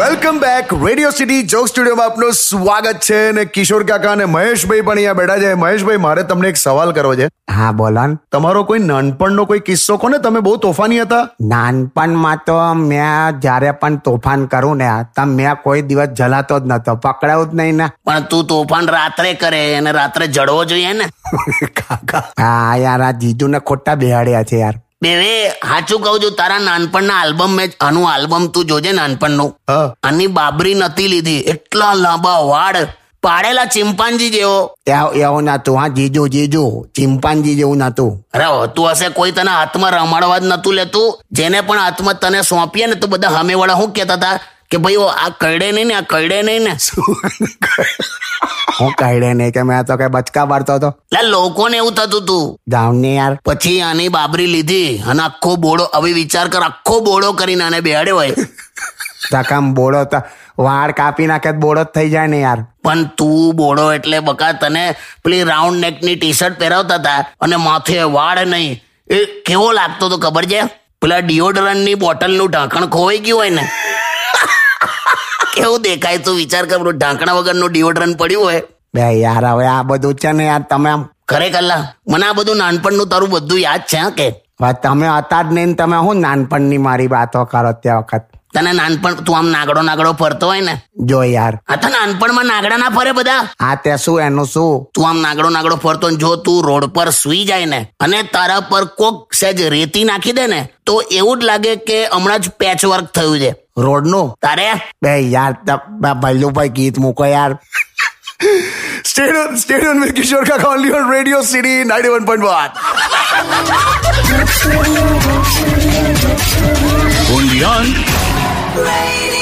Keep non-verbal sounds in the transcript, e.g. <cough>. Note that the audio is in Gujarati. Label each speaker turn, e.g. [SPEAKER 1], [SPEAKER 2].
[SPEAKER 1] બેક રેડિયો સિટી જોક સ્ટુડિયોમાં આપનું સ્વાગત છે અને કિશોર કાકા અને મહેશભાઈ પણ અહીંયા બેઠા છે મહેશભાઈ મારે તમને એક સવાલ કરવો છે
[SPEAKER 2] હા બોલો ને.
[SPEAKER 1] તમારો કોઈ નાનપણનો કોઈ કિસ્સો કોને તમે બહુ તોફાની હતા
[SPEAKER 2] નાનપણમાં તો મેં જ્યારે પણ તોફાન કરું ને તો મેં કોઈ દિવસ જલાતો જ નતો પકડાયું જ નહીં ને
[SPEAKER 3] પણ તું તોફાન રાત્રે કરે અને રાત્રે જડવો જોઈએ ને
[SPEAKER 2] હા યાર આ જીજુને ખોટા બેહાડ્યા છે યાર
[SPEAKER 3] બેવે હાચું કહું છું તારા નાનપણના આલ્બમ મેં જ- આનું આલ્બમ તું જોજે નાનપણનું
[SPEAKER 1] હા
[SPEAKER 3] આની બાબરી નથી લીધી એટલા લાંબા વાળ પાડેલા ચિમ્પાન્જી જેવો
[SPEAKER 2] એવું એવું નતું હા જીજુ જીજુ ચિમ્પાન્જી જેવું નતું
[SPEAKER 3] અરે હોતું હશે કોઈ તને હાથમાં રમાડવા જ નતું લેતું જેને પણ હાથમાં તને સોંપીએ ને તો બધા હમેવાળા શું કહેતા હતા કે ભાઈ ઓ આ કરડે નહીં ને આ કરડે નહીં ને
[SPEAKER 2] હું કહી નહીં કે મેં તો કઈ બચકા ભરતો હતો
[SPEAKER 3] એટલે લોકોને એવું થતું હતું
[SPEAKER 2] જાઉં ને યાર
[SPEAKER 3] પછી આની બાબરી લીધી અને આખો બોળો હવે વિચાર કર આખો બોળો કરીને આને બેહાડ્યો હોય
[SPEAKER 2] તકમ બોળો તો વાળ કાપી નાખે તો બોળો જ થઈ જાય ને યાર
[SPEAKER 3] પણ તું બોળો એટલે બકા તને પેલી રાઉન્ડ નેકની ટી શર્ટ પહેરાવતા હતા અને માથે વાળ નહીં એ કેવો લાગતો તો ખબર છે પેલા ડિયોડરન્ટની બોટલનું ઢાંકણ ખોવાઈ ગયું હોય ને કેવું દેખાય તું વિચાર કર પેલું ઢાંકણા વગરનું ડિયોડરન્ટ પડ્યું હોય
[SPEAKER 2] બે યાર હવે આ બધું છે ને યાર તમે આમ
[SPEAKER 3] ખરેખર લા મને આ બધું નાનપણનું તારું બધું યાદ છે હા કે
[SPEAKER 2] હવે તમે હતા જ નહીં ને તમે હું નાનપણની મારી વાતો કરો તે વખત
[SPEAKER 3] તને નાનપણ તું આમ નાગડો નાગડો ફરતો હોય ને
[SPEAKER 2] જો યાર
[SPEAKER 3] આ તો નાનપણમાં નાગડા ના ફરે બધા
[SPEAKER 2] આ તે શું એનું શું
[SPEAKER 3] તું આમ નાગડો નાગડો ફરતો ને જો તું રોડ પર સૂઈ જાય ને અને તારા પર કોક સહેજ રેતી નાખી દે ને તો એવું જ લાગે કે હમણાં જ પેચ વર્ક થયું છે
[SPEAKER 2] રોડનું
[SPEAKER 3] તારે
[SPEAKER 2] બે યાર ત- ભલ્લુભાઈ ગીત
[SPEAKER 3] <laughs>
[SPEAKER 2] મૂકો યાર
[SPEAKER 1] સ્ટેડિયમ સ્ટેડિયમ મેં કિશોર કાકા only on radio city ninety one point one
[SPEAKER 4] only on
[SPEAKER 5] Radio